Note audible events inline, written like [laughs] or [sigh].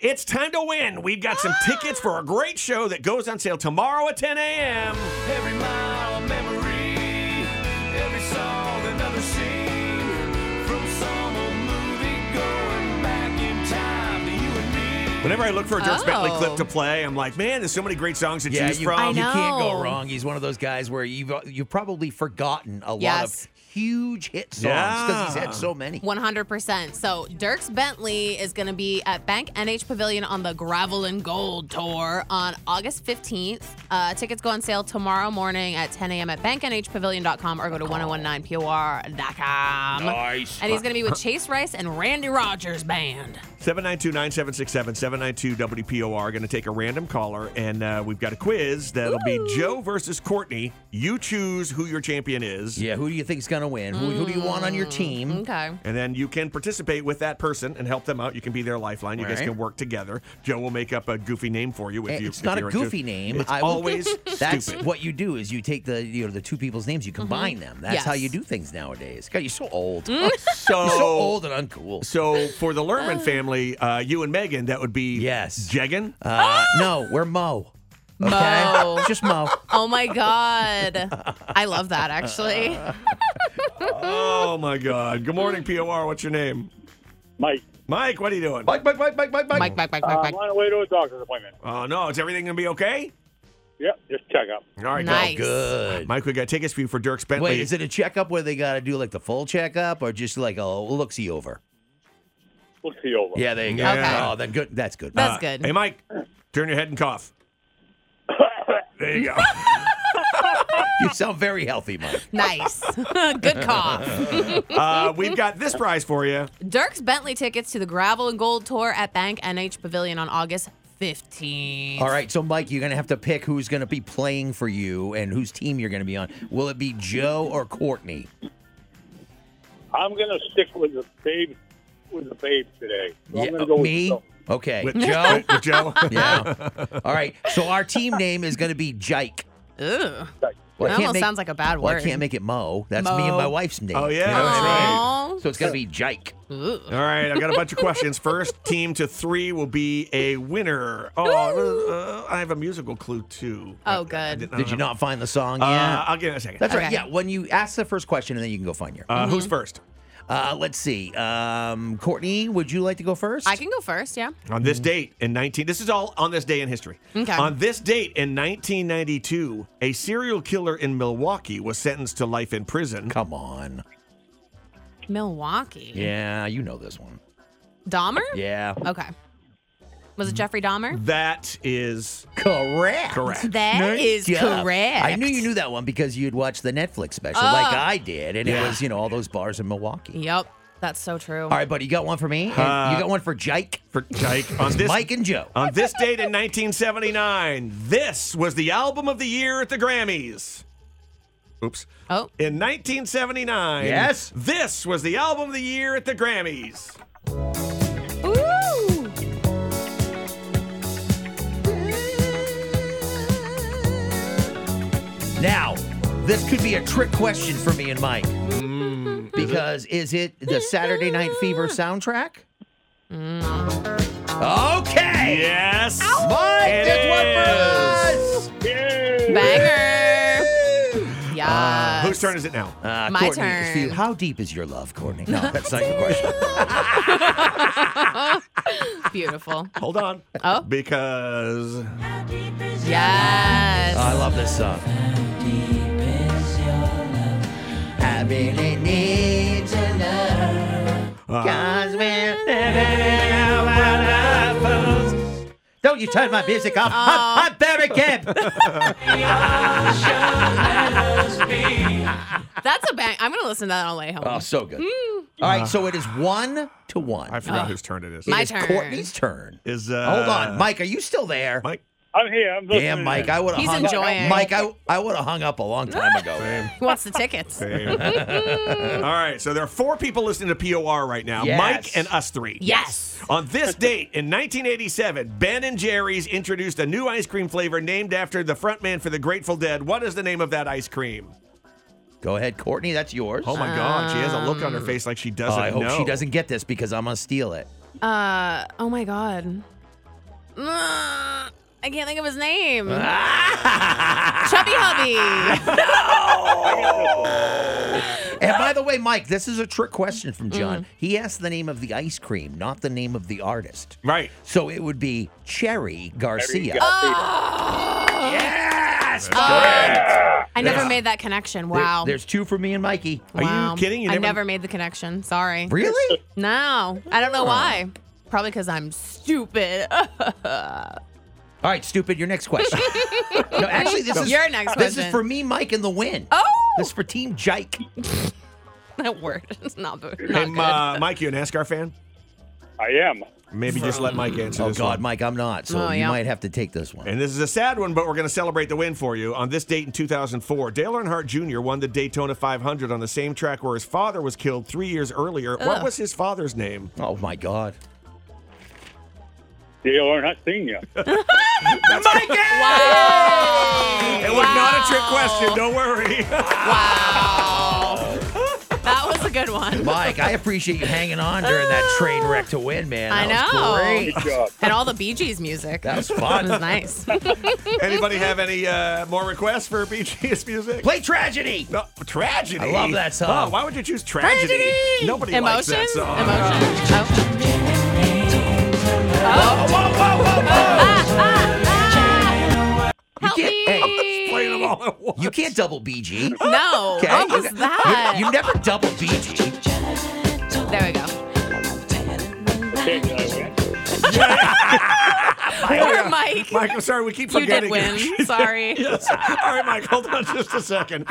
It's time to win. We've got some tickets for a great show that goes on sale tomorrow at 10 a.m. Every mile of memory, every song, another scene. From some old movie going back in time to you and me. Whenever I look for a Dirk Oh. Bentley clip to play, I'm like, man, there's so many great songs to Yeah, choose you, from. you can't go know. wrong. He's one of those guys where you've you've probably forgotten a lot Yes. of huge hit songs because he's Yeah. had so many. 100%. So, Dirks Bentley is going to be at Bank NH Pavilion on the Gravel and Gold Tour on August 15th. Uh, tickets go on sale tomorrow morning at 10 a.m. at banknhpavilion.com or go to 1019por.com. Nice. And he's going to be with Chase Rice and Randy Rogers Band. 792-9767, 792-WPOR. Going to take a random caller, and uh, we've got a quiz that'll be Joe versus Courtney. You choose who your champion is, Yeah, who do you think's gonna win? Who, who do you want on your team? Mm, Okay. and then you can participate with that person and help them out. You can be their lifeline. You guys Right. can work together. Joe will make up a goofy name for you if Eh, you. it's if not a you're goofy interested. name. It's I will- always That's stupid. what you do is you take the you know the two people's names, you combine them. That's Mm-hmm. Yes. Mm. how you do things nowadays. God, you're so old. So, [laughs] You're so old and uncool. So for the Lerman family, uh, you and Megan, that would be Yes. Jegan. Uh, no, we're Mo. Okay? Mo. Just Mo. Oh my God. I love that, actually. oh my God! Good morning, Por. What's your name? Mike, Mike. What are you doing? Mike, Mike, Mike, Mike, Mike, Mike, Mike, Mike, uh, Mike, I'm [laughs] Mike. on my way to a doctor's appointment. Oh no! Is everything gonna be okay? Yep, just check up. All right, go. Nice. Oh, Good. Mike, we got tickets for you for Dirk Bentley. Wait, is it a checkup where they got to do like the full checkup or just like a look see over? We'll see you over. Yeah, there you go. Okay. Oh, then good. That's good. That's good. Uh, Hey, Mike, turn your head and cough. There you go. you sound very healthy, Mike. Nice. [laughs] Good cough. [laughs] uh, we've got this prize for you. Dirks Bentley tickets to the Gravel and Gold Tour at Bank NH Pavilion on August 15th. All right, so Mike, you're gonna have to pick who's gonna be playing for you and whose team you're gonna be on. Will it be Joe or Courtney? [laughs] I'm gonna stick with the babe, with the babe today. So I'm gonna go with me. Joe. Okay, [laughs] With Joe. With [laughs] Joe. yeah. All right. So our team name is gonna be Jike. Ugh. That Well, I can't almost make- sounds like a bad Well, I word. can't make it Mo. That's me and Mo. my wife's name. Oh, yeah, You know what I mean? Aw. So it's gonna be Jike. Ugh. All right, I've got a bunch of questions. First team to three will be a winner. Oh, uh, I have a musical clue too. Oh, I- good. I did not Did you have- not find the song Uh, yet? I'll get it in a second. That's mm-hmm. right. Okay. Uh, Yeah, when you ask the first question, and then you can go find your. Uh, Who's first? Uh, let's see. Um, Courtney, would you like to go first? I can go first, yeah. On Mm-hmm. this date in 19, this is all on this day in history. Okay. On this date in 1992, a serial killer in Milwaukee was sentenced to life in prison. Come on. Milwaukee. Yeah, you know this one. Dahmer? Yeah. Okay. Was it Jeffrey Dahmer? That is Correct. correct. That is Yeah. correct. I knew you knew that one because you'd watched the Netflix special Oh. like I did, and it Yeah. was, you know, all those bars in Milwaukee. Yep. That's so true. All right, buddy, you got one for me? And you got one for Jike? For Jake, [laughs] on this Mike and Joe. on this date in 1979, this was the album of the year at the Grammys. Oops. Oh. In 1979, Yes? this was the album of the year at the Grammys. Ooh. Now, this could be a trick question for me and Mike. because is it? the Saturday Night Fever soundtrack? Okay. Yes, Mike, It there's one for us. Banger. Yeah. Uh, whose turn is it now? Uh, My Courtney, turn. Steve, how deep is your love, Courtney? No, that's not your question. Beautiful. Hold on. Oh. Because uh, Yes. I love this song. I really need to know. Cause we're living in a world of fools. Don't you turn my music off. I'm, I'm Barry Gibb. That's a bang. I'm going to listen to that on the way home. [laughs] oh, so good. All right, so it is one to one. I forgot whose turn it is. It My is turn. Courtney's turn. Is uh, Hold on, Mike. Are you still there? Mike. I'm here. I'm listening. Damn, Mike. I would have He's hung enjoying. up. Mike, I, I would have hung up a long time ago. Who wants the tickets? Same. All [laughs] right, so there are four people listening to POR right now Yes. Mike and us three. Yes. On [laughs] this date in 1987, Ben and Jerry's introduced a new ice cream flavor named after the frontman for the Grateful Dead. What is the name of that ice cream? Go ahead, Courtney. That's yours. Oh my God, she has a look on her face like she Oh, doesn't I hope know. [laughs] she doesn't get this because I'm gonna steal it. Uh, oh my God. I can't think of his name. Chubby Hubby. And by the way, Mike, this is a trick question from Mm. John. He asked the name of the ice cream, not the name of the artist. Right. So it would be Cherry Garcia. Oh. Yes. I never made that connection. There- Oh, Wow. there's two for me and Mikey. Are you Wow. kidding? You I never- never made the connection. Sorry. [laughs] Really? No, I don't know Oh. why. Probably because I'm stupid. [laughs] All right, stupid. Your next question. no, actually, this is Your next This question. is for me, Mike, and the win. Oh! This is for Team Jike. that word. It's not, not Hey, good. Ma- Mike, you an NASCAR fan? I am. Maybe just let Mike answer Oh this God, one. Mike, I'm not. So Oh, you yeah. might have to take this one. And this is a sad one, but we're going to celebrate the win for you. On this date in 2004, Dale Earnhardt Jr. won the Daytona 500 on the same track where his father was killed three years earlier. What Ugh. was his father's name? Oh my God. Dale Earnhardt Senior. Wow. It was not a trick question. Don't worry. Wow. Oh. That was a good one. Mike, I appreciate you hanging on during that train wreck to win, man. I That was know. great. Good job. And all the Bee Gees music. [laughs] That was That was [laughs] [laughs] fun. nice. Anybody have any uh, more requests for [laughs] BGS music? Play tragedy. No, tragedy. I love that song. Oh, why would you choose tragedy? Nobody Emotion? likes that song. Emotion. Oh. Whoa, whoa, whoa, whoa, whoa. Help me. can't- Playing them all at once. You can't double BG. No. Okay. What was You- that? You never double BG. there we go. Okay, did I [laughs] win? Poor Mike. Mike, I'm sorry, we keep you [laughs] did forgetting. win. Sorry. yes. All right, Mike, hold on just a second.